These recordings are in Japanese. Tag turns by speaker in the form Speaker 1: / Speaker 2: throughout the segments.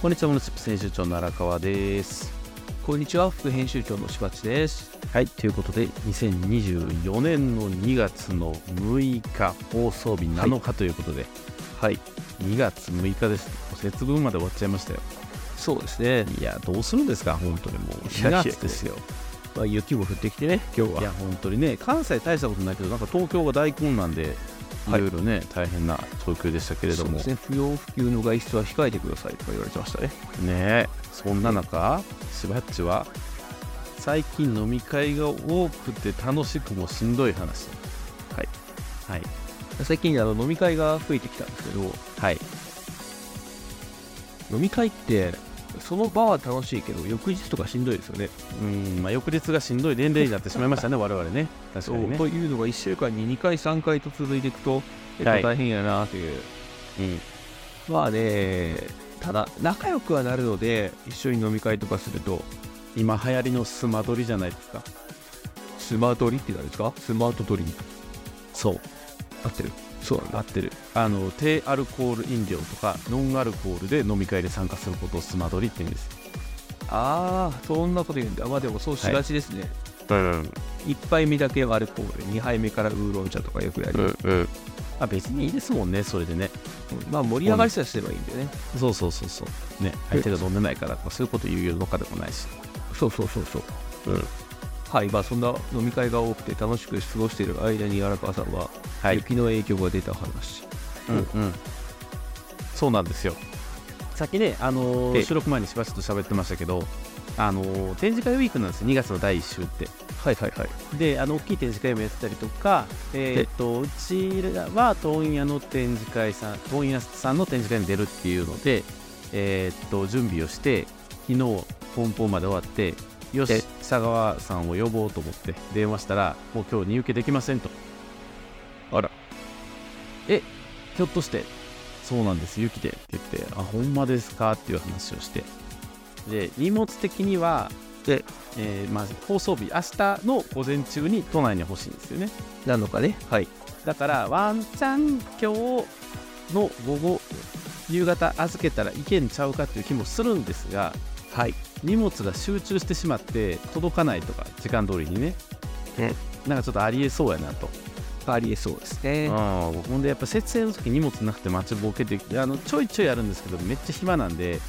Speaker 1: こんにちは、モノスップ編集長の荒川です。こんにちは、副編集長の柴地です。はい、ということで、2024年の2月の6日、放送日7日ということで、はい、2月6日です。もう節分まで終わっちゃいましたよ。
Speaker 2: そうですね。
Speaker 1: いや、どうするんですか、本当にもう
Speaker 2: いや
Speaker 1: 2
Speaker 2: いや
Speaker 1: 月ですよ。
Speaker 2: まあ、雪も降ってきてね、今日
Speaker 1: いや、
Speaker 2: は。
Speaker 1: 本当にね、関西大したことないけど、なんか東京が大混乱で、い
Speaker 2: はい
Speaker 1: ろいろね、大変な東京でしたけれど
Speaker 2: そう
Speaker 1: も
Speaker 2: で。すね、不要不急の外出は控えてくださいとか言われてましたね。
Speaker 1: ねえそんな中しばっちは最近飲み会が多くて楽しくもしんどい話
Speaker 2: はい、
Speaker 1: はい
Speaker 2: 最近あの飲み会が増えてきたんですけど、
Speaker 1: はい
Speaker 2: 飲み会って、その場は楽しいけど、翌日とかしんどいですよね。
Speaker 1: うんまあ翌日がしんどい年齢になってしまいま したね我々ね確か
Speaker 2: そう
Speaker 1: にね
Speaker 2: というのが1週間に2回、3回と続いていくと、結
Speaker 1: はい
Speaker 2: 構大変やなという、
Speaker 1: うん
Speaker 2: まあね、ただ、仲良くはなるので、一緒に飲み会とかすると、
Speaker 1: 今流行りのスマドリじゃないですか
Speaker 2: スマートリって何ですかスマートドリンク。
Speaker 1: そう
Speaker 2: 合ってるそうなん
Speaker 1: 合
Speaker 2: だ。
Speaker 1: ってるあの低アルコール飲料とかノンアルコールで飲み会で参加することをスマドリって言うんです
Speaker 2: ああ、そんなこと言うんだ。まあでも、そうしがちですね。
Speaker 1: うん
Speaker 2: 1杯目だけはアルコール2杯目からウーロン茶とかよくやり
Speaker 1: う
Speaker 2: ま
Speaker 1: んうんあ別にいいですもんねそれでね
Speaker 2: す、まあ盛り上がりさえすればいいんでね
Speaker 1: そうそうそうそうね相手が飲んでないからとかそういうこと言うようとかでもないし
Speaker 2: そうそうそうそう
Speaker 1: うん
Speaker 2: はいまあそんな飲み会が多くて楽しく過ごしている間に荒川さんは
Speaker 1: はい
Speaker 2: 雪の影響が出た話、
Speaker 1: うんうん、そうなんですよ。さっきね、あのー
Speaker 2: ええ
Speaker 1: 収録前にしばしと喋ってましたけど、あのー展示会ウィークなんですよ、2月の第1週って。
Speaker 2: はいはいはい
Speaker 1: で、あの大きい展示会もやってたりとか、えー
Speaker 2: え
Speaker 1: っとうちらは問屋の展示会さん、問屋さんの展示会に出るっていうので、えーっと準備をして、昨日梱包まで終わって、よ
Speaker 2: え
Speaker 1: し、佐川さんを呼ぼうと思って電話したら、もう今日入受できませんと。
Speaker 2: あら
Speaker 1: えひょっとしてそうなんです雪でって言ってあほんまですかっていう話をしてで荷物的には
Speaker 2: で
Speaker 1: えーまあ、放送日明日の午前中に都内に欲しいんですよね
Speaker 2: なのかねはい
Speaker 1: だからワンチャン今日の午後夕方預けたらいけんちゃうかっていう気もするんですが
Speaker 2: はい
Speaker 1: 荷物が集中してしまって届かないとか時間通りにね
Speaker 2: ね
Speaker 1: なんかちょっとありえそうやなと
Speaker 2: ありえそうですね
Speaker 1: ああほんでやっぱ設営の時荷物なくて待ちぼうけてあのちょいちょいあるんですけどめっちゃ暇なん で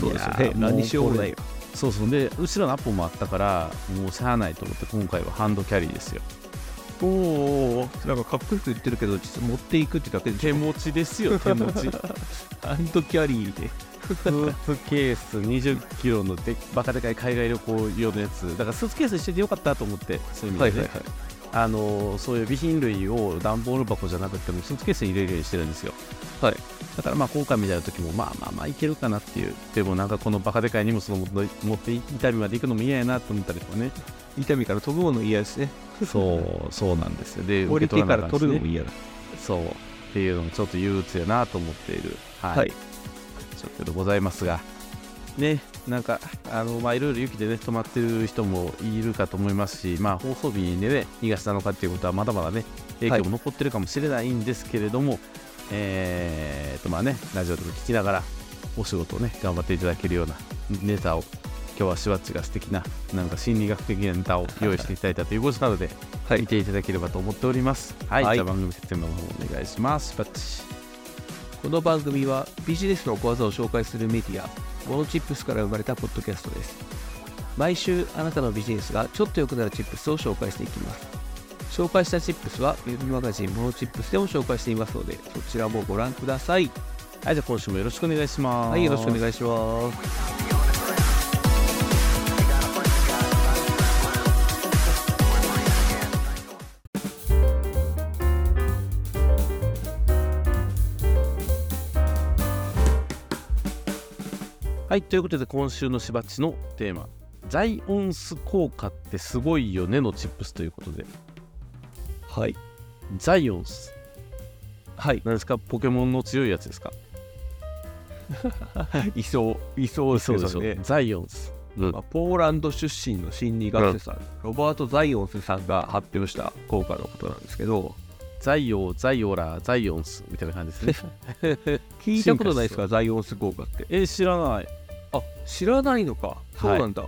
Speaker 2: そうですよ
Speaker 1: いや
Speaker 2: ね
Speaker 1: ーもう
Speaker 2: 何にしようもないよ
Speaker 1: そうそうで後ろのアポもあったからもうしゃあないと思って今回はハンドキャリーですよ
Speaker 2: おおなんかかっこよく言ってるけど実は持っていくってだけで
Speaker 1: 手持ちですよ手持ち
Speaker 2: ハンドキャリーで
Speaker 1: スーツケース2 0キロのでバカでかい海外旅行用のやつだからスーツケース一緒でよかったと思ってそういう意味で、ねあのーそういう備品類を段ボール箱じゃなくてもスーツケースに入れるようにしてるんですよ
Speaker 2: はい
Speaker 1: だからまあ今回みたいな時もまあまあまあいけるかなっていうでもなんかこのバカでかい荷物の持って持って痛みまで行くのも嫌やなと思ったりとかね
Speaker 2: 痛みから飛ぶもの嫌ですね
Speaker 1: そうそうなんですよで
Speaker 2: 降りて
Speaker 1: ら
Speaker 2: から取るのも嫌だ
Speaker 1: そうっていうのもちょっと憂鬱やなと思っているはい、
Speaker 2: はい
Speaker 1: ちょっとでございますがねなんかあのまあいろいろ雪でね泊まってる人もいるかと思いますしまあ放送日にね2月7日っていうことはまだまだね影響も残ってるかもしれないんですけれども、えーとまあねラジオとか聞きながらお仕事をね頑張っていただけるようなネタを今日はしわっちが素敵ななんか心理学的なネタを用意していただいたということなので
Speaker 2: はい
Speaker 1: 見ていただければと思っております。はい、
Speaker 2: はい
Speaker 1: じゃあ番組説明の方お願いします。パッチ。
Speaker 2: この番組はビジネスの小技を紹介するメディアモノチップスから生まれたポッドキャストです毎週あなたのビジネスがちょっと良くなるチップスを紹介していきます紹介したチップスはウェブマガジンモノチップスでも紹介していますのでそちらもご覧ください
Speaker 1: はい、じゃあ今週もよろしくお願いします。
Speaker 2: はいよろしくお
Speaker 1: い。
Speaker 2: 願いします
Speaker 1: はい、ということで今週のしばっちのテーマ、ザイオンス効果ってすごいよねのチップスということで、
Speaker 2: はい
Speaker 1: ザイオンス、
Speaker 2: はい
Speaker 1: 何ですか、ポケモンの強いやつですか
Speaker 2: いそういそうですねそれね
Speaker 1: ザイオンス。うん
Speaker 2: まあ、ポーランド出身の心理学者さん、ロバート・ザイオンスさんが発表した効果のことなんですけど
Speaker 1: ザイオーザイオラザイオンスみたいな感じですね
Speaker 2: 聞いたことないですかザイオンス効果って
Speaker 1: え知らない
Speaker 2: あ知らないのかそうなんだ、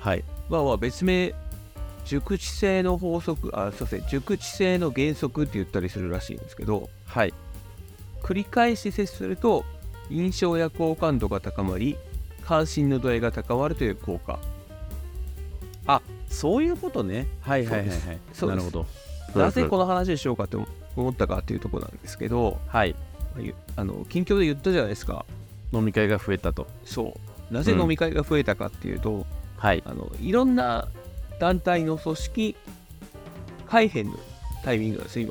Speaker 1: はい
Speaker 2: まあまあ別名熟知性の法則あすいません熟知性の原則って言ったりするらしいんですけど
Speaker 1: はい
Speaker 2: 繰り返し接すると印象や好感度が高まり関心の度合いが高まるという効果
Speaker 1: そういうことねはいはいはいはい
Speaker 2: そうですそうです
Speaker 1: なるほど
Speaker 2: なぜこ
Speaker 1: の
Speaker 2: の話をしようかと思ったかっていうところなんですけど
Speaker 1: はい
Speaker 2: ゆあの近況で言ったじゃないですか
Speaker 1: 飲み会が増えたと
Speaker 2: そうなぜ飲み会が増えたかっていうと、
Speaker 1: はい
Speaker 2: あのいろんな団体の組織改編のタイミングなんですよ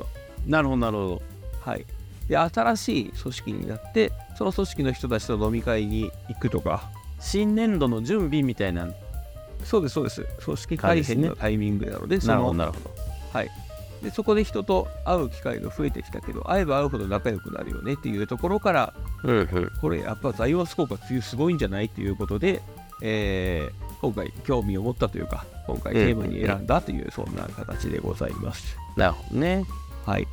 Speaker 2: 今
Speaker 1: なるほどなるほ
Speaker 2: はい、で新しい組織になってその組織の人たちと飲み会に行くとか
Speaker 1: ど新年度の準備みたいな
Speaker 2: そうですそうです組織
Speaker 1: 改
Speaker 2: 改
Speaker 1: 編
Speaker 2: 編
Speaker 1: の
Speaker 2: のタイミングなのでそ
Speaker 1: なるほど
Speaker 2: の
Speaker 1: なるほど
Speaker 2: はい、でそこで人と会う機会が増えてきたけど会えば会うほど仲良くなるよねっていうところから
Speaker 1: うんうん
Speaker 2: これやっぱザイオンス効果強いすごいんじゃないっていうことで、えー今回興味を持ったというか今回テーマに選んだというそんな形でございます。
Speaker 1: なるほどね
Speaker 2: はい、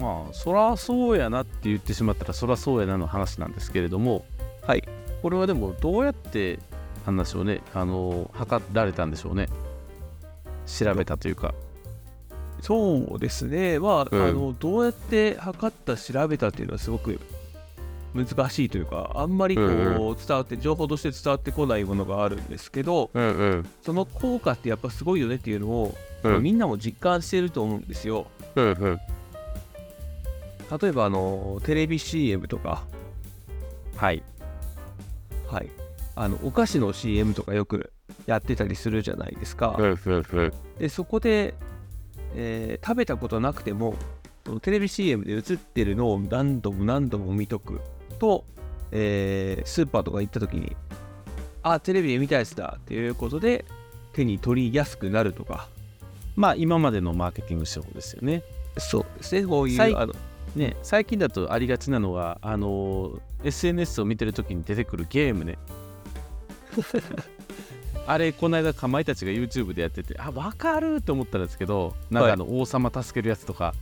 Speaker 1: まあそらそうやなって言ってしまったらそらそうやなの話なんですけれども
Speaker 2: はい
Speaker 1: これはでもどうやって話をねあの測られたんでしょうね調べたというか
Speaker 2: そうですね、まあ、
Speaker 1: うん
Speaker 2: あのどうやって測った、調べたっていうのはすごく難しいというか、あんまりこう、
Speaker 1: うん
Speaker 2: 伝わって、情報として伝わってこないものがあるんですけど、
Speaker 1: うんうん
Speaker 2: その効果ってやっぱすごいよねっていうのを、
Speaker 1: うん
Speaker 2: みんなも実感してると思うんですよ。
Speaker 1: うんうん
Speaker 2: 例えばあの、テレビ CM とか、
Speaker 1: はい
Speaker 2: はい、あのお菓子の CM とかよくやってたりするじゃないですか。
Speaker 1: うんうんうん
Speaker 2: でそこで、えー食べたことなくてもそのテレビ CM で映ってるのを何度も何度も見とくと、えースーパーとか行った時にあテレビで見たやつだっていうことで手に取りやすくなるとか
Speaker 1: まあ今までのマーケティング手法ですよね
Speaker 2: そうですねこうい
Speaker 1: 最
Speaker 2: うあの
Speaker 1: ね最近だとありがちなのはあの SNS を見てる時に出てくるゲー ムねあれこの間かまいたちが YouTube でやっててあ分かると思ったんですけどなん
Speaker 2: は
Speaker 1: か
Speaker 2: い
Speaker 1: あの王様助けるやつとか、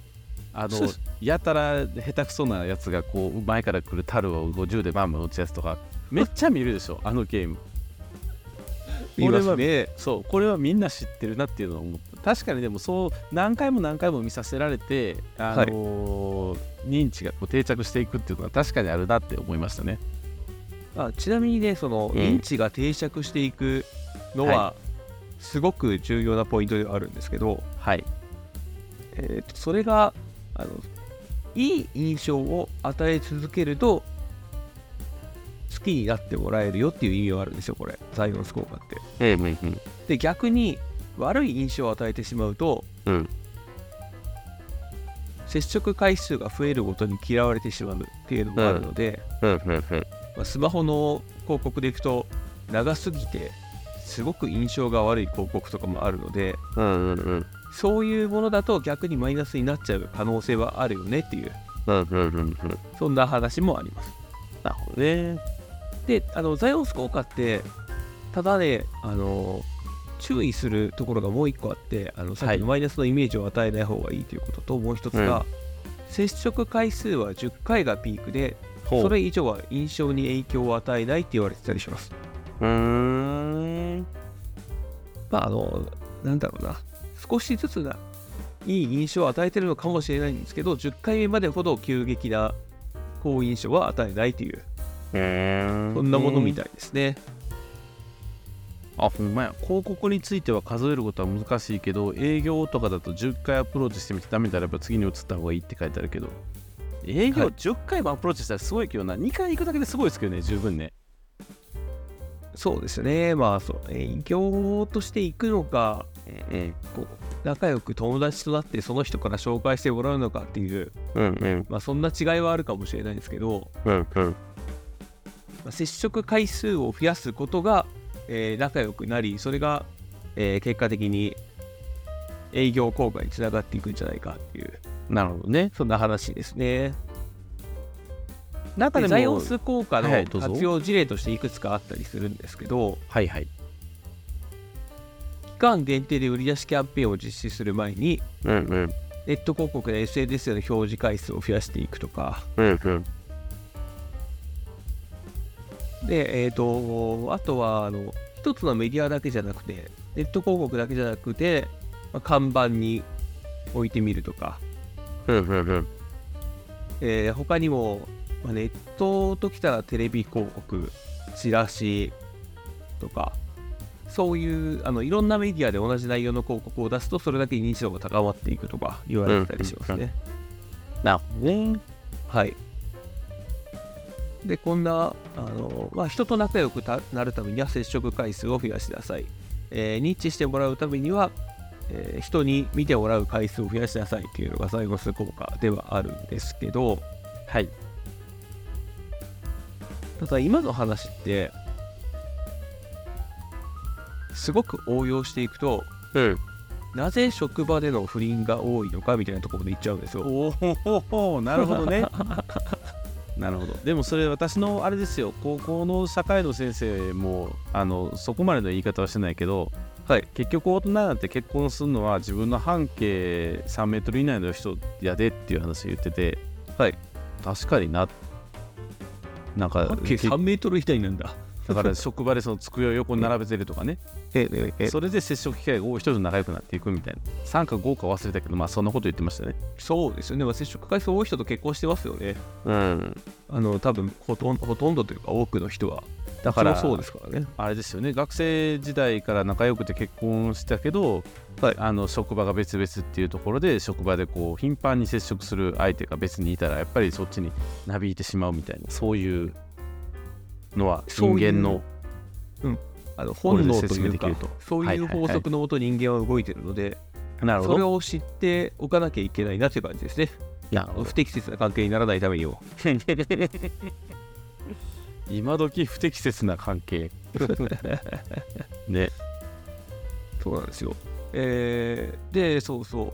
Speaker 1: あ
Speaker 2: そう
Speaker 1: の
Speaker 2: そう
Speaker 1: やたら下手くそなやつがこう前から来る樽を50でバンバン打つやつとかめっちゃ見るでしょあのゲーム
Speaker 2: 言いますね
Speaker 1: そうこれはみんな知ってるなっていうのを思った確かにでもそう何回も何回も見させられて、あのー認知がこう定着していくっていうのは確かにあるなって思いましたね
Speaker 2: あちなみにねその
Speaker 1: うん
Speaker 2: 認知が定着していくのは、すごく重要なポイントではあるんですけど、
Speaker 1: はい
Speaker 2: えーとそれがあのいい印象を与え続けると好きになってもらえるよっていう意味があるんですよこれザイオンス効果って。
Speaker 1: ええうん
Speaker 2: で逆に悪い印象を与えてしまうと
Speaker 1: うん
Speaker 2: 接触回数が増えるごとに嫌われてしまうっていうのもあるので、
Speaker 1: うんうん
Speaker 2: まあスマホの広告でいくと長すぎてすごく印象が悪い広告とかもあるので
Speaker 1: うんうんうん
Speaker 2: そういうものだと逆にマイナスになっちゃう可能性はあるよねっていう
Speaker 1: うんうんうん
Speaker 2: そんな話もあります。
Speaker 1: なるほどね
Speaker 2: であのザイオンス効果ってただねあの注意するところがもう一個あってあのさっきのマイナスのイメージを与えない方がいいということと、もう一つが、
Speaker 1: うん
Speaker 2: 接触回数は10回がピークで
Speaker 1: ほ
Speaker 2: そうれ以上は印象に影響を与えないって言われてたりします
Speaker 1: うーん
Speaker 2: まああのなんだろうな少しずつないい印象を与えてるのかもしれないんですけど10回目までほど急激な好印象は与えないという
Speaker 1: そ
Speaker 2: そんなものみ
Speaker 1: い
Speaker 2: たいですね、
Speaker 1: あほんまや広告については数えることは難しいけど営業とかだと10回アプローチしてみてダメだらやっぱ次に移った方がいいって書いてあるけど営業
Speaker 2: はい
Speaker 1: 10回もアプローチしたらすごいけどな、2回行くだけですごいですけどね十分ね
Speaker 2: そうですね、まあそう、影響としていくのか、こう仲良く友達となって、その人から紹介してもらうのかっていう、
Speaker 1: うんうん
Speaker 2: まあ、そんな違いはあるかもしれないですけど、
Speaker 1: うんうん
Speaker 2: まあ接触回数を増やすことが、えー仲良くなり、それが、えー結果的に営業効果につながっていくんじゃないかっていう、
Speaker 1: なるほどね
Speaker 2: そんな話ですね。
Speaker 1: 中
Speaker 2: でザイオンス効果の
Speaker 1: はいどうぞ
Speaker 2: 活用事例としていくつかあったりするんですけど、
Speaker 1: はいはい
Speaker 2: 機間限定で売り出しキャンペーンを実施する前に
Speaker 1: うんうん
Speaker 2: ネット広告や SNS での表示回数を増やしていくとか
Speaker 1: うんうん
Speaker 2: でえっ、とあとはあの一つのメディアだけじゃなくてネット広告だけじゃなくて、まあ看板に置いてみるとか、
Speaker 1: うんうんうん
Speaker 2: えー他にも、まあネットときたらテレビ広告チラシとかそういうあのいろんなメディアで同じ内容の広告を出すとそれだけ認知度が高まっていくとか言われてたりしますね。
Speaker 1: うんうんなるほどね
Speaker 2: はい。で、こんな、あのまあ、人と仲良くたなるためには接触回数を増やしなさい。えー認知してもらうためには、えー人に見てもらう回数を増やしなさいっていうのが最後の効果ではあるんですけど、
Speaker 1: はい
Speaker 2: ただ今の話って、すごく応用していくと、
Speaker 1: うん
Speaker 2: なぜ職場での不倫が多いのかみたいなところまでいっちゃうんですよ。
Speaker 1: おおなるほどね なるほどでもそれ私のあれですよ高校の社会の先生もあのそこまでの言い方はしてないけど、
Speaker 2: はい、
Speaker 1: 結局大人になって結婚するのは自分の半径3メートル以内の人やでっていう話を言ってて、
Speaker 2: はい、
Speaker 1: 確かにななんか
Speaker 2: 半径3メートル以内なんだ。
Speaker 1: だから職場でその机を横に並べてるとかね
Speaker 2: えええ
Speaker 1: それで接触機会が多い人と仲良くなっていくみたいな3か5か忘れたけどまあそんなこと言ってましたね
Speaker 2: そうですよね、まあ、接触回数多い人と結婚してますよね。
Speaker 1: うん
Speaker 2: あの多分ほとんほとんどというか多くの人は。
Speaker 1: だから
Speaker 2: うちもそうですからね。
Speaker 1: あれですよね学生時代から仲良くて結婚したけど、
Speaker 2: はい
Speaker 1: あの職場が別々っていうところで職場でこう頻繁に接触する相手が別にいたらやっぱりそっちになびいてしまうみたいなそういうのは
Speaker 2: そう
Speaker 1: 人
Speaker 2: いう
Speaker 1: 間の
Speaker 2: あの本能と
Speaker 1: 説
Speaker 2: い
Speaker 1: 明
Speaker 2: う
Speaker 1: でき
Speaker 2: か
Speaker 1: ると
Speaker 2: そう
Speaker 1: はい
Speaker 2: い
Speaker 1: は
Speaker 2: う
Speaker 1: いはい
Speaker 2: 法則のもと人間は動いてるので、
Speaker 1: なるほ
Speaker 2: それ
Speaker 1: ど
Speaker 2: を知っておかなきゃいけないなという感じですね。
Speaker 1: なるほど
Speaker 2: 不適切な関係にならないためにも。
Speaker 1: 今時不適切な関係ね
Speaker 2: そうなんですよ。えーで、そうそ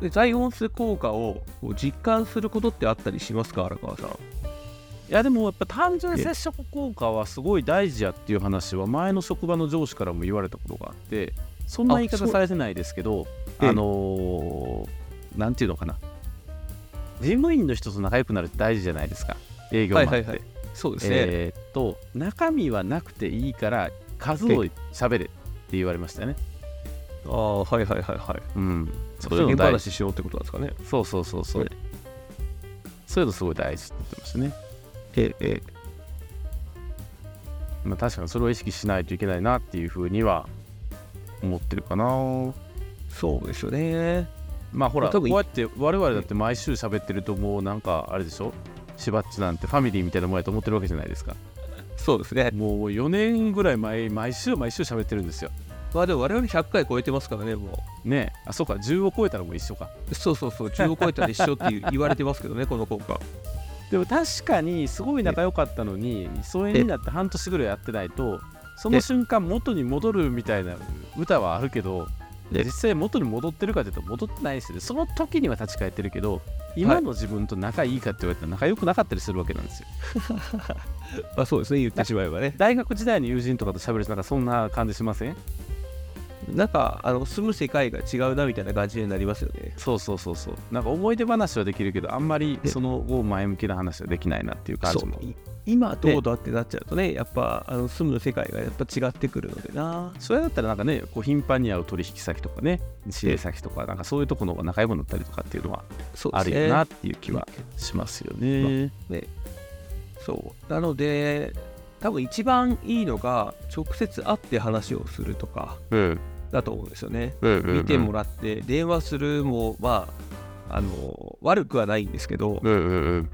Speaker 2: う。で、在音数効果をこう実感することってあったりしますか、荒川さん。
Speaker 1: いやでもやっぱ単純接触効果はすごい大事やっていう話は前の職場の上司からも言われたことがあってそんな言い
Speaker 2: あそ
Speaker 1: 方
Speaker 2: う
Speaker 1: されてないですけど
Speaker 2: え
Speaker 1: あ
Speaker 2: え
Speaker 1: のーなんていうのかな事務員の人と仲良くなるって大事じゃないですか営業マンって、
Speaker 2: はいはいはいそうですね。
Speaker 1: えーっと中身はなくていいから数を喋れって言われましたよね
Speaker 2: ああ、はいはいはいはい。
Speaker 1: うんそ
Speaker 2: そううい
Speaker 1: いううの
Speaker 2: 現
Speaker 1: 大
Speaker 2: 話しようってことなんですかね。
Speaker 1: そうそうそうそう、
Speaker 2: ね
Speaker 1: そういうのすごい大事って言ってましたね
Speaker 2: ええ
Speaker 1: まあ、確かにそれを意識しないといけないなっていうふうには思ってるかな
Speaker 2: そうですよね。
Speaker 1: まあほら
Speaker 2: 特
Speaker 1: こう
Speaker 2: に
Speaker 1: やって我々だって毎週喋ってるともうなんかあれでしょしばっちなんてファミリーみたいなもんやと思ってるわけじゃないですか
Speaker 2: そうですね。
Speaker 1: もう4年ぐらい前毎週毎週喋ってるんですよ
Speaker 2: まあでも我々100回超えてますからね、も
Speaker 1: ねえあそうか10を超えたらもう一緒か
Speaker 2: う。そうそうそう、10を超えたら一緒っていう言われてます けどね、この効果。
Speaker 1: でも確かにすごい仲良かったのに疎遠になって半年ぐらいやってないとその瞬間元に戻るみたいな歌はあるけど
Speaker 2: え
Speaker 1: 実際元に戻ってるかというと戻ってないですよねその時には立ち返ってるけど今の自分と仲いいかって言われたら仲良くなかったりするわけなんですよ
Speaker 2: まあそうですね、言ってしまえばね。
Speaker 1: 大学時代の友人とかと喋るとなんかそんな感じしません
Speaker 2: なんか、あの住む世界が違うなみたいな感じになりますよね。
Speaker 1: そうそうそうそうなんか思い出話はできるけどあんまり
Speaker 2: え
Speaker 1: その後前向きな話はできないなっていう感じも
Speaker 2: い今どうだってなっちゃうとね、やっぱあの住む世界がやっぱ違ってくるのでな。
Speaker 1: それだったらなんかねこう頻繁に会う取引先とかね仕入れ先とかなんかそういうとこの方が仲良くなったりとかっていうのは
Speaker 2: そうで
Speaker 1: あ
Speaker 2: す
Speaker 1: る
Speaker 2: ね。
Speaker 1: よなっていう気はしますよね。
Speaker 2: そう。なので、多分一番いいのが、直接会って話をするとか
Speaker 1: うん
Speaker 2: だと思うんですよね。
Speaker 1: うん
Speaker 2: 見てもらって電話するもまああの悪くはないんですけど
Speaker 1: うんうんうん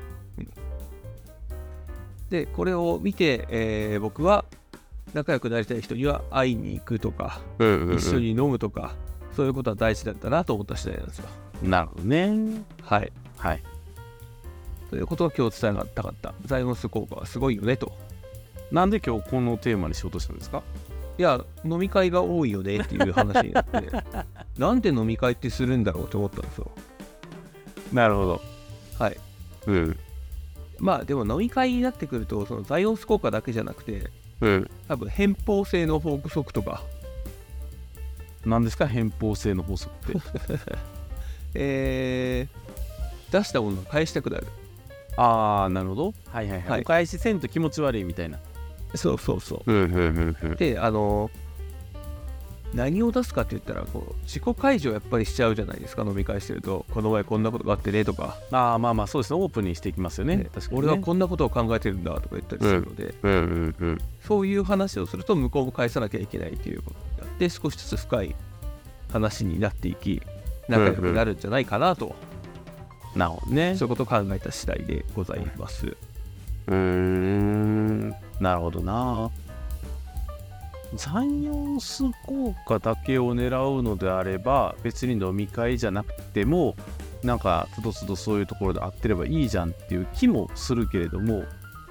Speaker 2: でこれを見て、えー僕は仲良くなりたい人には会いに行くとか
Speaker 1: うんうん
Speaker 2: 一緒に飲むとかそういうことは大事なんだなと思った次第なんですよ。
Speaker 1: なるほどね。
Speaker 2: はい、
Speaker 1: はい。
Speaker 2: ということが今日伝えたかったザイオンス効果はすごいよねと。
Speaker 1: なんで今日このテーマにしようとしたんですか
Speaker 2: いや飲み会が多いよねっていう話になって なんで飲み会ってするんだろうと思ったんですよ。
Speaker 1: なるほど。
Speaker 2: はい
Speaker 1: うん
Speaker 2: まあでも飲み会になってくるとそのザイオンス効果だけじゃなくて
Speaker 1: うん
Speaker 2: 多分偏方性の法則とか
Speaker 1: 何ですか偏方性の法則 って
Speaker 2: えー出したものを返したくなる
Speaker 1: ああなるほどはいはいはい、
Speaker 2: はい
Speaker 1: お返しせんと気持ち悪いみたいな
Speaker 2: そうそうそう
Speaker 1: うんうんうんうん
Speaker 2: であの何を出すかって言ったらこう自己解除やっぱりしちゃうじゃないですか飲み会してるとこの前こんなことがあってねとか,
Speaker 1: ああまあまあそうですねオープンにしていきますよ
Speaker 2: ね、
Speaker 1: ね確かにね、
Speaker 2: 俺はこんなことを考えてるんだとか言ったりするので、
Speaker 1: うんうんうん
Speaker 2: そういう話をすると向こうも返さなきゃいけないということになって少しずつ深い話になっていき仲良くなるんじゃないかなと、
Speaker 1: なおね
Speaker 2: そういうことを考えた次第でございます、
Speaker 1: うんなるほどな残用数効果だけを狙うのであれば別に飲み会じゃなくてもなんかつどつどそういうところで会ってればいいじゃんっていう気もするけれども、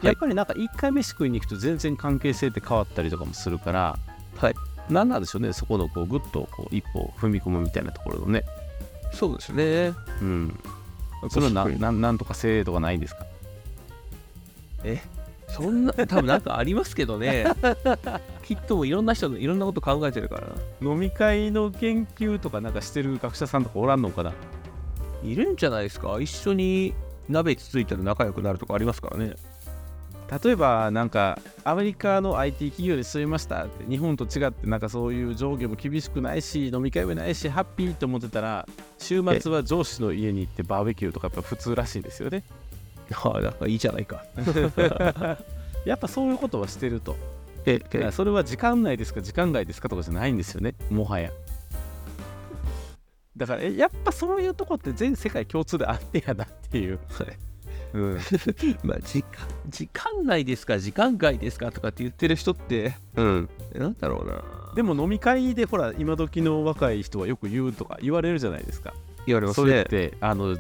Speaker 2: い
Speaker 1: やっぱりなんか1回飯食いに行くと全然関係性って変わったりとかもするから
Speaker 2: はい
Speaker 1: なんなんでしょうねそこのこうグッとこう一歩踏み込むみたいなところのね
Speaker 2: そうですね
Speaker 1: うんそれはなななんとか制度がないんですか
Speaker 2: そんな多 分なんかありますけどねきっともういろんな人のいろんなこと考えてるからな
Speaker 1: 飲み会の研究とかなんかしてる学者さんとかおらんのかない
Speaker 2: るんじゃないですか一緒に鍋つついたら仲良くなるとかありますからね
Speaker 1: 例えばなんかアメリカの IT 企業に住みましたって日本と違ってなんかそういう上下も厳しくないし飲み会もないしハッピーと思ってたら週末は上司の家に行ってバーベキューとかやっぱ普通らしいんですよね
Speaker 2: ああだからいいじゃないか
Speaker 1: やっぱそういうことはしてると
Speaker 2: え
Speaker 1: だからそれは時間内ですか時間外ですかとかじゃないんですよねもはやだからえやっぱそういうとこって全世界共通であってやなっていう、うん、
Speaker 2: まあ時間時間内ですか時間外ですかとかって言ってる人って
Speaker 1: うん、
Speaker 2: なんだろうな
Speaker 1: でも飲み会でほら今時の若い人はよく言うとか言われるじゃないですか
Speaker 2: 言われ
Speaker 1: それってあの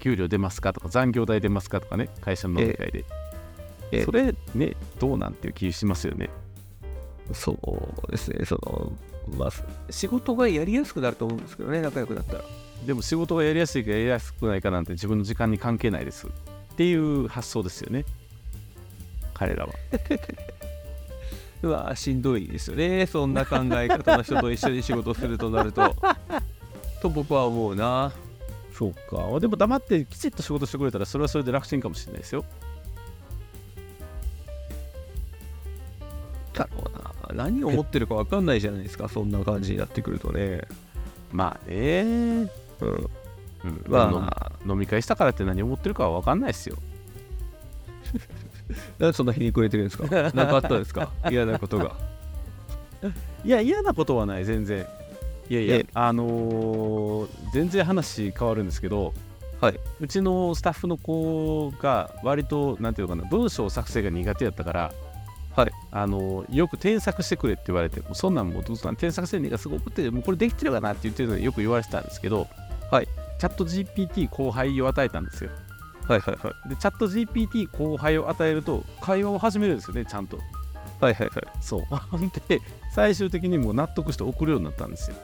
Speaker 1: 給料出ますかとか残業代出ますかとかね会社の飲み会で、
Speaker 2: ええ
Speaker 1: それねどうなんていう気しますよね
Speaker 2: そうですねそのまあ仕事がやりやすくなると思うんですけどね仲良くなったら
Speaker 1: でも仕事がやりやすいかやりやすくないかなんて自分の時間に関係ないですっていう発想ですよね彼らは
Speaker 2: うわーしんどいですよねそんな考え方の人と一緒に仕事するとなると と僕は思うな
Speaker 1: そうかでも黙ってきちっと仕事してくれたらそれはそれで楽ちんかもしれないですよ
Speaker 2: だろうな何を思ってるか分かんないじゃないですかそんな感じになってくるとね
Speaker 1: まあね
Speaker 2: うん
Speaker 1: うん
Speaker 2: まあ
Speaker 1: 飲み飲み会したからって何を思ってるかは分かんないですよ
Speaker 2: なんでそんな日にくれてるんですかなんかあったんですか嫌なことが。
Speaker 1: いや嫌なことはない全然いやい
Speaker 2: え
Speaker 1: や
Speaker 2: え
Speaker 1: あのー全然話変わるんですけど
Speaker 2: はい。
Speaker 1: うちのスタッフの子が割となんていうのかな文章作成が苦手やったから
Speaker 2: はい。
Speaker 1: あのーよく添削してくれって言われてもうそんなんもうどうなん添削せんねえがすごくってもうこれできてるかなって言ってるのによく言われてたんですけど
Speaker 2: はい
Speaker 1: チャット GPT 後輩を与えたんですよ
Speaker 2: はいはいはい。
Speaker 1: でチャット GPT 後輩を与えると会話を始めるんですよねちゃんと
Speaker 2: はいはいはい。
Speaker 1: そうで最終的にもう納得して送るようになったんですよ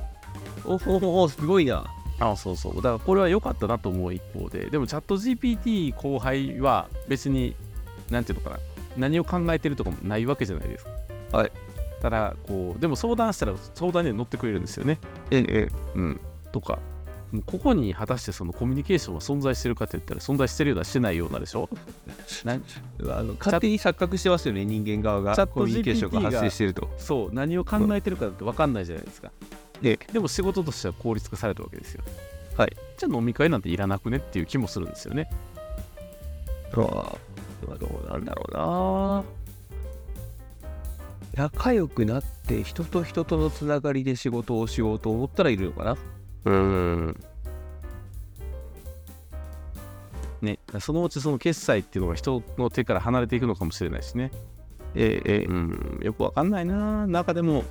Speaker 2: おおおすごいな。
Speaker 1: あそうそうだからこれは良かったなと思う一方ででもチャット GPT 後輩は別に何ていうのかな何を考えてるとかもないわけじゃないですか
Speaker 2: はい
Speaker 1: ただこうでも相談したら相談には乗ってくれるんですよね
Speaker 2: ええ。
Speaker 1: うんとかもうここに果たしてそのコミュニケーションは存在してるかって言ったら存在してるようなしてないようなで しょなん
Speaker 2: あの勝手に錯覚してますよね、人間側
Speaker 1: チャ
Speaker 2: が。
Speaker 1: ッ
Speaker 2: コ
Speaker 1: ト GPT が
Speaker 2: ミュニケーションが発生してると。
Speaker 1: そう何を考えてるかだって分かんないじゃないですか
Speaker 2: で、
Speaker 1: でも仕事としては効率化されたわけですよ
Speaker 2: はい
Speaker 1: じゃあ飲み会なんていらなくねっていう気もするんですよね
Speaker 2: ああ、どうなんだろうな。仲良くなって、人と人とのつながりで仕事をしようと思ったらいるのかな。
Speaker 1: うんね、そのうちその決済っていうのが人の手から離れていくのかもしれないしね。
Speaker 2: えええ
Speaker 1: うん、よくわかんないな、中でも。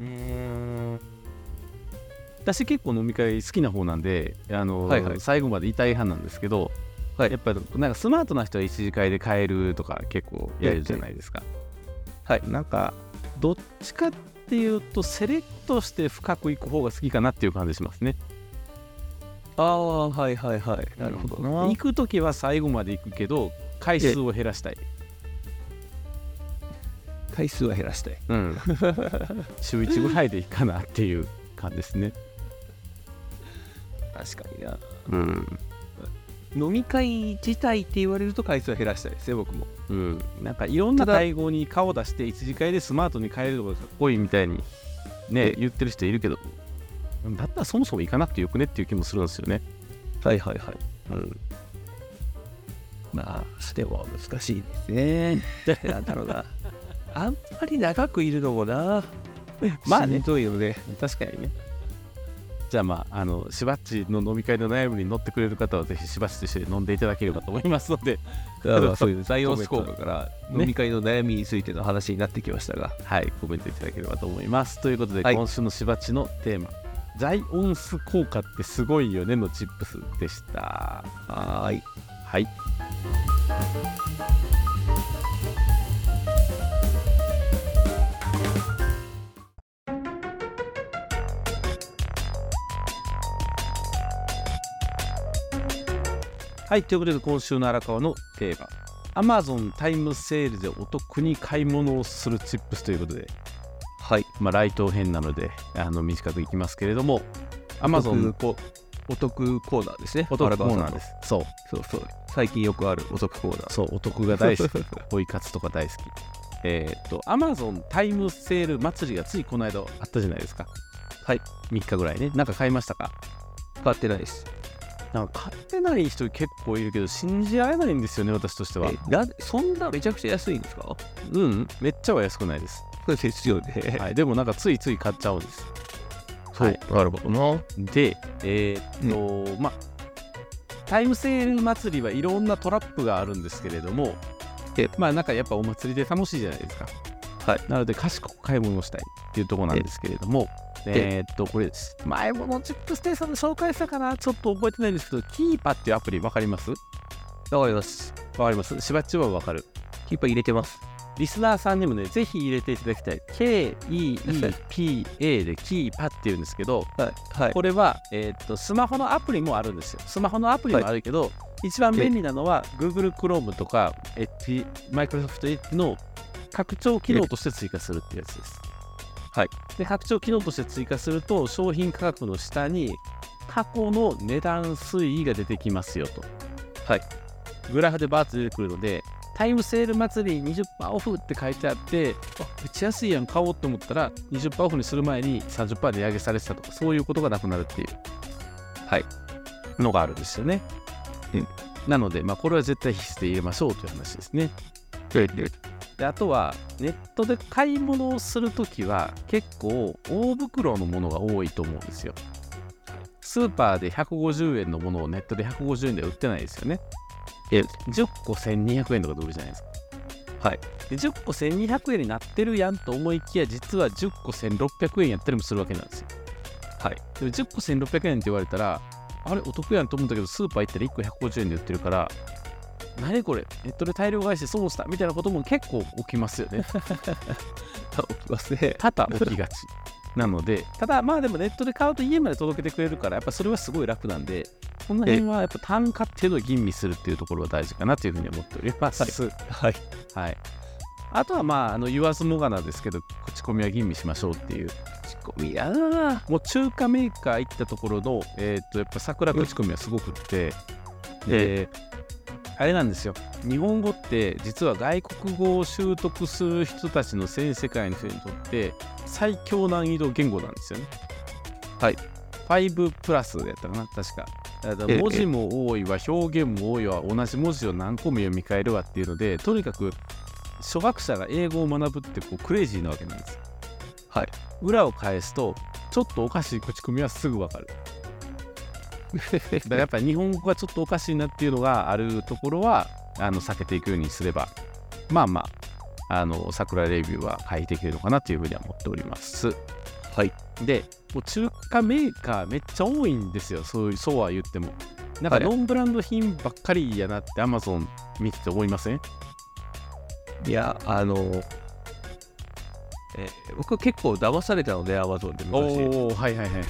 Speaker 1: うん。私結構飲み会好きな方なんで、あの
Speaker 2: はいはい
Speaker 1: 最後まで痛い派なんですけど、
Speaker 2: はい
Speaker 1: やっぱりなんかスマートな人は一次会で買えるとか結構やるじゃないですか。
Speaker 2: はい
Speaker 1: なんかどっちかっていうとセレクトして深くいく方が好きかなっていう感じしますね。
Speaker 2: ああ、はいはいはい。なるほどな。
Speaker 1: 行く時は最後まで行くけど回数を減らしたい
Speaker 2: 回数は減らしたい。
Speaker 1: うん週1ぐらいでいいかなっていう感じですね
Speaker 2: 確かにな。
Speaker 1: うん、
Speaker 2: 飲み会自体って言われると回数は減らしたいですね、僕も。
Speaker 1: うん、なんかいろんな
Speaker 2: ただ
Speaker 1: 会合に顔出して一次会でスマートに変えるのがかっこいいみたいにね言ってる人いるけどだったらそもそも行かなくてよくねっていう気もするんですよね
Speaker 2: はいはいはい。
Speaker 1: うん
Speaker 2: まあ、でも難しいですね。なんだろう な。あんまり長くいるのもな。
Speaker 1: まあね
Speaker 2: しんどいよね。
Speaker 1: 確かにねじゃあまああのしばっちの飲み会の悩みに乗ってくれる方はぜひしばっちとして飲んでいただければと思いますので
Speaker 2: まあそういう財
Speaker 1: コ
Speaker 2: 用
Speaker 1: メン
Speaker 2: 思
Speaker 1: ト
Speaker 2: 考から飲み会の悩みについての話になってきましたが、
Speaker 1: はい、コメントいただければと思います。ということで、
Speaker 2: はい
Speaker 1: 今週のしばちのテーマ、ジャイオンス効果ってすごいよねのチップスでした。
Speaker 2: はーい。
Speaker 1: はい。はい、ということで、今週の荒川のテーマ、Amazon タイムセールでお得に買い物をするチップスということで、
Speaker 2: はい。
Speaker 1: まあ、ライト編なのであの短くいきますけれども、Amazon
Speaker 2: コお得コーナーですね。
Speaker 1: お得コーナー
Speaker 2: 荒川さん
Speaker 1: で
Speaker 2: の
Speaker 1: す。そう、
Speaker 2: そうそう。最近よくあるお得コーナー。
Speaker 1: そう、お得が大好き。ポイ活とか大好き。 えーっと、Amazon タイムセール祭りがついこの間あったじゃないですか。
Speaker 2: はい。
Speaker 1: 3日ぐらいね。なんか買いましたか
Speaker 2: 買ってないです。
Speaker 1: なんか買ってない人結構いるけど、信じられないんですよね、私としては。
Speaker 2: えなそんなめちゃくちゃ安いんですか
Speaker 1: うん、めっちゃは安くないです。
Speaker 2: そうですよね。
Speaker 1: はい。でもなんかついつい買っちゃうんです。はい
Speaker 2: なるほどな。
Speaker 1: で、えーっと、まあ、タイムセール祭りはいろんなトラップがあるんですけれども
Speaker 2: え、
Speaker 1: まあなんかやっぱお祭りで楽しいじゃないですか。
Speaker 2: はい。
Speaker 1: なので賢く買い物をしたいっていうところなんですけれども、えーっと、これです。前ものチップステーションで紹介したかなちょっと覚えてないんですけど、キーパっていうアプリわかりますわ
Speaker 2: わかります。
Speaker 1: かりますしばっちはわかる。
Speaker 2: キーパー入れてます。
Speaker 1: リスナーさんにもね、ぜひ入れていただきたい。K-E-E-P-A でキーパっていうんですけど、
Speaker 2: はい。はい。
Speaker 1: これは、えーっとスマホのアプリもあるんですよ。スマホのアプリもあるけど、一番便利なのは Google Chrome とか Edge Microsoft Edge の拡張機能として追加するってやつです。
Speaker 2: はい、
Speaker 1: で拡張機能として追加すると商品価格の下に過去の値段推移が出てきますよと。
Speaker 2: はい、
Speaker 1: グラフでバーッと出てくるのでタイムセール祭り20%オフって書いてあってあめっちゃ安いやん買おうと思ったら20%オフにする前に30%値上げされてたとかそういうことがなくなるっていう、はい、のがあるんですよね。
Speaker 2: うん
Speaker 1: なので、まあ、これは絶対必須で入れましょうという話ですね。であとはネットで買い物をするときは結構大袋のものが多いと思うんですよ。スーパーで150円のものをネットで150円では売ってないですよね。
Speaker 2: え
Speaker 1: 10個1200円とかで売るじゃないですか。
Speaker 2: はい、
Speaker 1: で10個1200円になってるやんと思いきや実は10個1600円やったりもするわけなんですよ。
Speaker 2: はい、
Speaker 1: でも10個1600円って言われたらあれお得やんと思うんだけどスーパー行ったら1個150円で売ってるから何これネットで大量買いして損したみたいなことも結構起きますよ ね。
Speaker 2: 起きますね。
Speaker 1: 多々起きがちなのでただまあでもネットで買うと家まで届けてくれるからやっぱそれはすごい楽なんでその辺はやっぱ単価っていうのを吟味するっていうところは大事かなというふうに思っております。はい
Speaker 2: はい。
Speaker 1: あとはまああの言わずもがなですけど口コミは吟味しましょうっていう
Speaker 2: 仕込みやな。
Speaker 1: もう中華メーカー行ったところの、えー、とやっぱ桜口コミはすごくって、であれなんですよ日本語って実は外国語を習得する人たちの全世界の人にとって最強難易度言語なんですよね。
Speaker 2: はい
Speaker 1: 5プラスやったかな確か。だから
Speaker 2: ええ
Speaker 1: 文字も多いわ表現も多いわ同じ文字を何個も読み替えるわっていうのでとにかく初学者が英語を学ぶってこうクレイジーなわけなんですよ
Speaker 2: はい。
Speaker 1: 裏を返すとちょっとおかしい口コミはすぐわかるだからやっぱり日本語がちょっとおかしいなっていうのがあるところはあの避けていくようにすればまあまああの桜レビューは書いていけるのかなというふうには思っております
Speaker 2: はい。
Speaker 1: でもう中華メーカーめっちゃ多いんですよそういうそうは言ってもなんか
Speaker 2: はい
Speaker 1: ノンブランド品ばっかりやなってアマゾン見てて思いません
Speaker 2: いや、あの、えー僕は結構騙されたので、アマゾンで昔。
Speaker 1: ーはいはいはいはい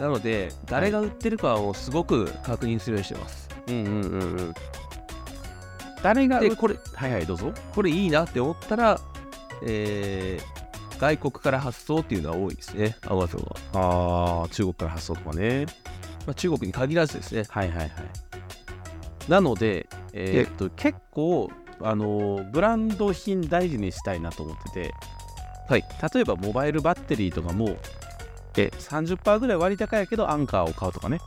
Speaker 2: なので、誰が売ってるかをすごく確認するようにしてます。
Speaker 1: うんうんうんうん誰が
Speaker 2: で、これ、
Speaker 1: はいはいどうぞ
Speaker 2: これいいなって思ったら、えー外国から発送っていうのは多いですね、アマゾンは。
Speaker 1: ああ、中国から発送とかね。
Speaker 2: まあ、中国に限らずですね。
Speaker 1: はいはいはい。なので、えーっと、結構、あのーブランド品大事にしたいなと思ってて、
Speaker 2: はい、
Speaker 1: 例えばモバイルバッテリーとかも、え30%ぐらい割高やけど、アンカーを買うとかね、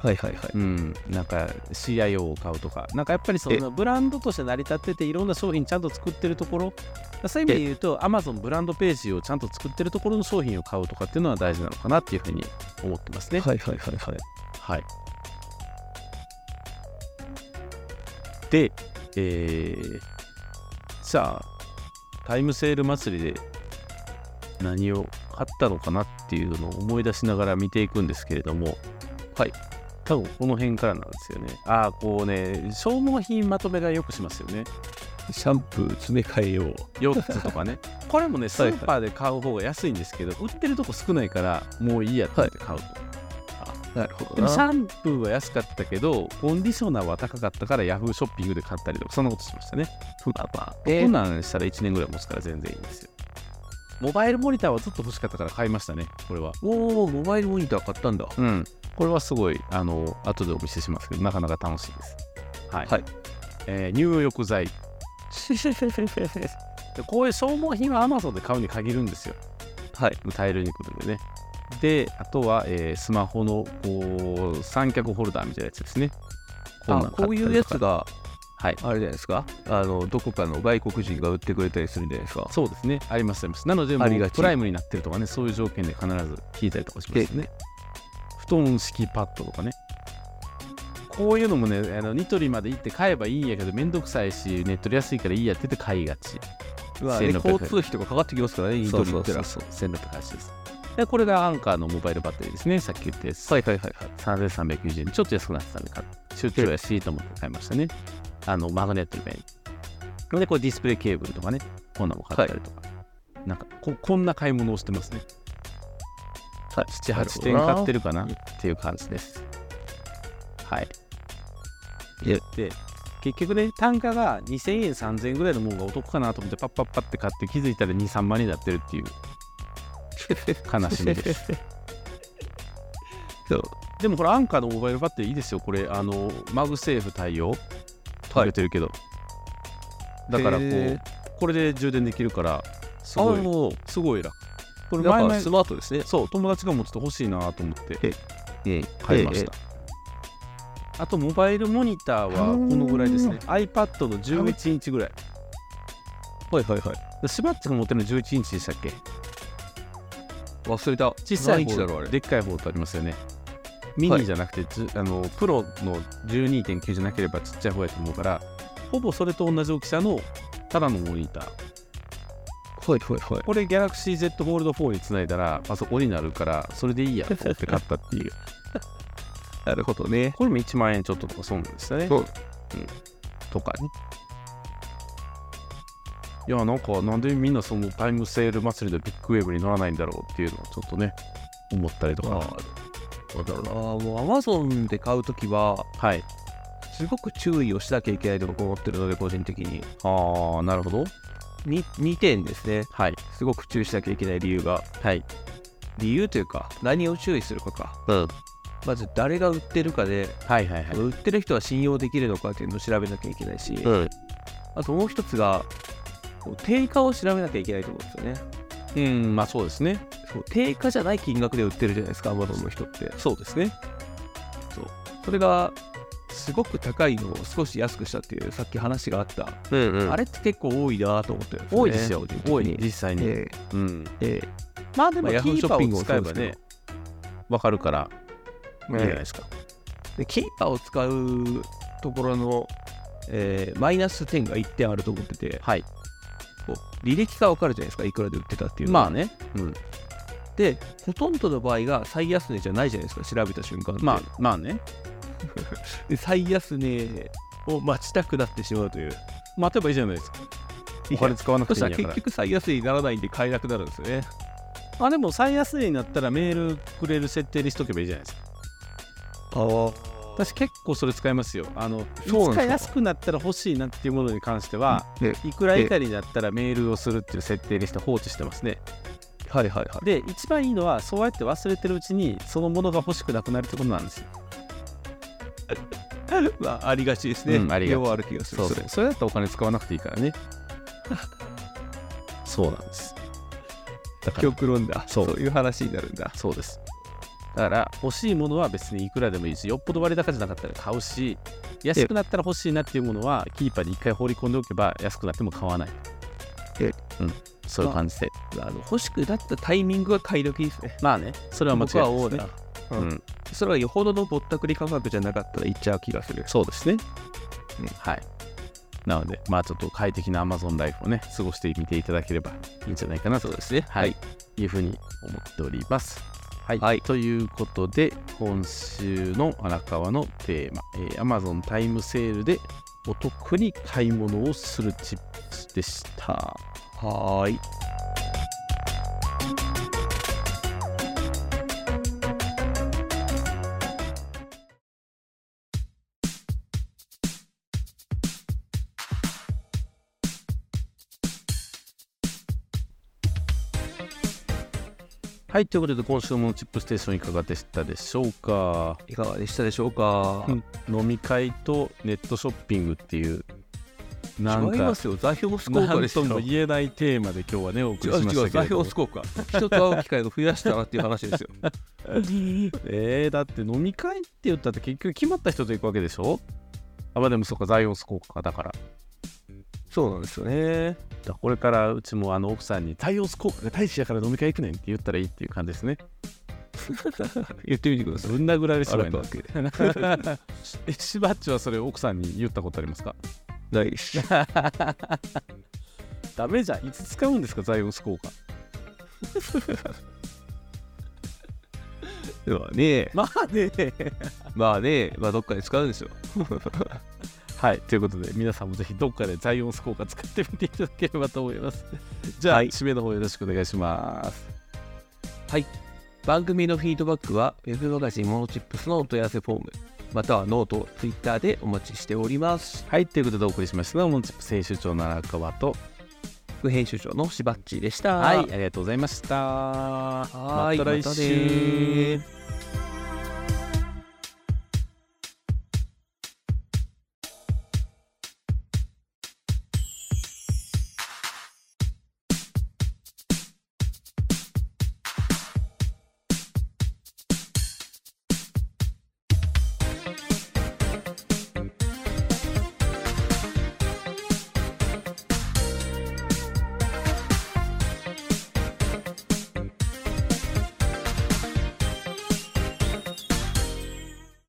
Speaker 2: はいはいはい。
Speaker 1: うん、なんか CIO を買うとか、なんかやっぱりそのブランドとして成り立ってて、いろんな商品ちゃんと作ってるところ、そういう意味で言うと、Amazon ブランドページをちゃんと作ってるところの商品を買うとかっていうのは大事なのかなっていうふうに思ってますね。
Speaker 2: はいはいはいはい。
Speaker 1: はい。で、えー、じゃあ、タイムセール祭りで何を買ったのかなっていうのを思い出しながら見ていくんですけれども、はい。多分この辺からなんですよね。ああ、こうね、消耗品まとめ買いよくしますよね。
Speaker 2: シャンプー詰め替えよう。
Speaker 1: 4つとかね。 これもね、スーパーで買う方が安いんですけど、売ってるとこ少ないから、もういいやと思って買うと。
Speaker 2: なるほ
Speaker 1: でもシ
Speaker 2: な。
Speaker 1: ャンプーは安かったけど、コンディショナーは高かったからヤフーショッピングで買ったりとか、そんなことしましたね。
Speaker 2: まあまあ
Speaker 1: こんなんしたら1年ぐらい持つから全然いいんですよ。モバイルモニターはずっと欲しかったから買いましたね、これは。
Speaker 2: おお、モバイルモニター買ったんだ。は
Speaker 1: うん。これはすごい、あの、後でお見せしますけど、なかなか楽しいです。はい。
Speaker 2: はい
Speaker 1: えー入浴 剤。でこういう消耗品は Amazon で買うに限るんですよ。
Speaker 2: い。
Speaker 1: 大量に来るんでね。で、あとは、えースマホのこう三脚ホルダーみたいなやつですね。ん
Speaker 2: あ
Speaker 1: なん買ったりとか
Speaker 2: こういうやつが、
Speaker 1: はい。
Speaker 2: あれじゃないですか。あの、どこかの外国人が売ってくれたりするんじゃないですか。
Speaker 1: そうですね、ありますあります。なので、も
Speaker 2: ありが
Speaker 1: う
Speaker 2: ち
Speaker 1: プライムになってるとかね、そういう条件で必ず聞いたりとかしますね。布団敷きパッドとかね。こういうのもね、あのニトリまで行って買えばいいんやけど、めんどくさいし、ネットで安いからいいやって言って買いがち。
Speaker 2: まあね
Speaker 1: 1600
Speaker 2: 交通費とかかかってきますからね、インドに行ったら。
Speaker 1: そうそうそう1680です。で、これがアンカーのモバイルバッテリーですね、さっき言ったやつ。はいはいはい、はい。3390円、ちょっと安くなってたんで買って、出張やしいと思って買いましたね。あの、マグネットの便利。で、これディスプレイケーブルとかね、こんなのも買ったりとか。なんかこ、こんな買い物をしてますね。
Speaker 2: はい
Speaker 1: 7、
Speaker 2: なるほ
Speaker 1: 8
Speaker 2: ど
Speaker 1: 点
Speaker 2: な
Speaker 1: 買ってるかなっていう感じです。はい。
Speaker 2: いや
Speaker 1: で、結局ね、単価が2000円、3000円ぐらいのものがお得かなと思って、パッパッパって買って気づいたら2、3万になってるって いう悲しみです。
Speaker 2: そう。
Speaker 1: でもこれアンカーのモバイルバッテリーいいですよ。これあのマグセーフ対応取れてるけど、だからこ
Speaker 2: へー
Speaker 1: うこれで充電できるからす
Speaker 2: あ
Speaker 1: ごい
Speaker 2: もう、
Speaker 1: すごい楽。これ前
Speaker 2: なん
Speaker 1: 々
Speaker 2: かスマートですね。
Speaker 1: そう友達がもちょっと欲しいなと思って
Speaker 2: ええ
Speaker 1: 買いました。あとモバイルモニターはこのぐらいですね。iPad の11インチぐらい。
Speaker 2: はいはいはい。
Speaker 1: しばっちが持ってるの11インチでしたっけ
Speaker 2: 忘れた。
Speaker 1: 小さ
Speaker 2: 何イ
Speaker 1: い
Speaker 2: ンチだろうあ
Speaker 1: 方、
Speaker 2: れ。
Speaker 1: でっかい方とありますよね。ミニじゃなくて、じゅあのプロの12.9じゃなければちっちゃい方やと思うから、ほぼそれと同じ大きさのただのモニター。
Speaker 2: はいはいはい。
Speaker 1: これ Galaxy Z Fold 4につないだらパソコンになるから、それでいいやと思って買ったっていう。
Speaker 2: なるほどね。
Speaker 1: これも1万円ちょっととか損でしたね。
Speaker 2: そう
Speaker 1: とかね。いや、なんか、なんでみんなそのタイムセール祭りでビッグウェーブに乗らないんだろうっていうのをちょっとね、思ったりと
Speaker 2: ま
Speaker 1: か。
Speaker 2: あ、どうだろうな。もう、アマゾンで買うときは、
Speaker 1: はい。
Speaker 2: すごく注意をしなきゃいけないと僕思ってるので、個人的に。
Speaker 1: ああ、なるほど。
Speaker 2: に2点ですね。
Speaker 1: はい。
Speaker 2: すごく注意しなきゃいけない理由が。
Speaker 1: はい。
Speaker 2: 理由というか、何を注意するかか。
Speaker 1: うん。
Speaker 2: まず、誰が売ってるかで、
Speaker 1: はいはいはい。
Speaker 2: 売ってる人は信用できるのかっていうのを調べなきゃいけないし、
Speaker 1: うん。
Speaker 2: あともう一つが、こう定価を調べなきゃいけないと思うんですよね。
Speaker 1: うん、まあそうですね。
Speaker 2: そう定価じゃない金額で売ってるじゃないですか、アマゾンの人って。
Speaker 1: そうですね。
Speaker 2: そうそれがすごく高いのを少し安くしたっていうさっき話があった、
Speaker 1: うんう
Speaker 2: あれって結構多いなと思ってるん
Speaker 1: 多いですよ、
Speaker 2: 多
Speaker 1: 多
Speaker 2: い
Speaker 1: い、実際に。
Speaker 2: え
Speaker 1: うん。
Speaker 2: えええ
Speaker 1: まあで
Speaker 2: ま
Speaker 1: も、
Speaker 2: あ
Speaker 1: キ
Speaker 2: ヤフーシ
Speaker 1: ー
Speaker 2: ョ
Speaker 1: パ
Speaker 2: ッピ
Speaker 1: ー
Speaker 2: ング
Speaker 1: を
Speaker 2: も
Speaker 1: 使
Speaker 2: そ
Speaker 1: え
Speaker 2: うで
Speaker 1: ば
Speaker 2: すけど
Speaker 1: ね、わかるから、いいじゃないですか。
Speaker 2: でキーパーを使うところの、えーマイナス点が1点あると思ってて
Speaker 1: はい。
Speaker 2: こう履歴が分かるじゃないですかいくらで売ってたっていうの
Speaker 1: ま
Speaker 2: が
Speaker 1: あね。うん。
Speaker 2: でほとんどの場合が最安値じゃないじゃないですか調べた瞬間って
Speaker 1: まあ、まあね。
Speaker 2: で最安値を待ちたくなってしまうという
Speaker 1: 待てばいいじゃないですか。お金使わなく
Speaker 2: そ
Speaker 1: て
Speaker 2: し
Speaker 1: い
Speaker 2: た
Speaker 1: いん
Speaker 2: ら
Speaker 1: や
Speaker 2: 結
Speaker 1: から。
Speaker 2: 局最安値にならないんで買えなくなるんですよね
Speaker 1: あ、でも、最安値になったらメールくれる設定にしとけばいいじゃないですか。
Speaker 2: ああ
Speaker 1: 私結構それ使いますよあ
Speaker 2: そう
Speaker 1: の
Speaker 2: なんですか
Speaker 1: 使いやすくなったら欲しいなっていうものに関しては、
Speaker 2: え
Speaker 1: いくら以下になったらメールをするっていう設定にして放置してますね
Speaker 2: はいはいは
Speaker 1: で一番いいのはそうやって忘れてるうちにそのものが欲しくなくなるってことなんですよ
Speaker 2: い。まあ、ありがちですね。
Speaker 1: うんありがち
Speaker 2: 要はある気がする。
Speaker 1: そうそれそれだったらお金使わなくていいから ねそうなんですだから
Speaker 2: 極論だ
Speaker 1: そう
Speaker 2: いう話になるんだ。
Speaker 1: そうですだから欲しいものは別にいくらでもいいしよっぽど割高じゃなかったら買うし安くなったら欲しいなっていうものはキーパーに一回放り込んでおけば安くなっても買わない
Speaker 2: え
Speaker 1: うんそういう感じで
Speaker 2: あの欲しくなったタイミングが買い時ですね。
Speaker 1: まあねそれは間違い
Speaker 2: 僕は
Speaker 1: ない
Speaker 2: オー
Speaker 1: です、ね
Speaker 2: ダー、
Speaker 1: う
Speaker 2: うん
Speaker 1: ん、
Speaker 2: それはよほどのぼったくり価格じゃなかったらいっちゃう気がする。
Speaker 1: そうですね
Speaker 2: ね
Speaker 1: はいなのでまあちょっと快適な Amazon ライフをね過ごしてみていただければいいんじゃないかなと
Speaker 2: ですね。
Speaker 1: はい、い、うふうに思っております。はい、
Speaker 2: はい
Speaker 1: ということで今週の荒川のテーマ、えー Amazon タイムセールでお得に買い物をするチップスでした。
Speaker 2: はーい。
Speaker 1: はい、ということで今週もチップステーションいかがでしたでしょうか。
Speaker 2: いかがでしたでしょうか。
Speaker 1: うん飲み会とネットショッピングっていうなん
Speaker 2: 違い
Speaker 1: か
Speaker 2: ますよ。座標スコーカ
Speaker 1: 何
Speaker 2: です
Speaker 1: と
Speaker 2: よ。
Speaker 1: も
Speaker 2: 違
Speaker 1: 言えないテーマで今日はねお送り
Speaker 2: う
Speaker 1: しま
Speaker 2: 違う、
Speaker 1: したけ
Speaker 2: 座
Speaker 1: れども
Speaker 2: 標スコーカ人と会う機会を増やしたらっていう話 ですよ。
Speaker 1: えー、だって飲み会って言ったって結局決まった人と行くわけでしょあまあでもそっかザイオンス効果かだからだか
Speaker 2: そうなんですよね。
Speaker 1: らこれからうちもあの奥さんにザイオンス効果で大使やから飲み会行くねんって言ったらいいっていう感じですね
Speaker 2: 言ってみてください。
Speaker 1: ぶん殴られそうや
Speaker 2: あ
Speaker 1: なえしばっちはそれ奥さんに言ったことありますか
Speaker 2: ないです。
Speaker 1: ダメじゃんいつ使うんですかザイオンス効果
Speaker 2: ではね、
Speaker 1: まあね
Speaker 2: まあね、まあどっかで使うんですよ。
Speaker 1: はいということで皆さんもぜひどっかでザイオンス効果使ってみていただければと思いますじゃあ、
Speaker 2: はい
Speaker 1: 締めの方よろしくお願いします
Speaker 2: 番組のフィードバックは Web マガジンモノチップスのお問い合わせフォーム、またはノート、Twitter でお待ちしております。
Speaker 1: はい、ということでお送りしましたのは、モンチップ編集長の荒川と、
Speaker 2: 副編集長のしばっちでした。
Speaker 1: はい、ありがとうございました。
Speaker 2: はい
Speaker 1: また来
Speaker 2: またね
Speaker 1: 週。
Speaker 2: ー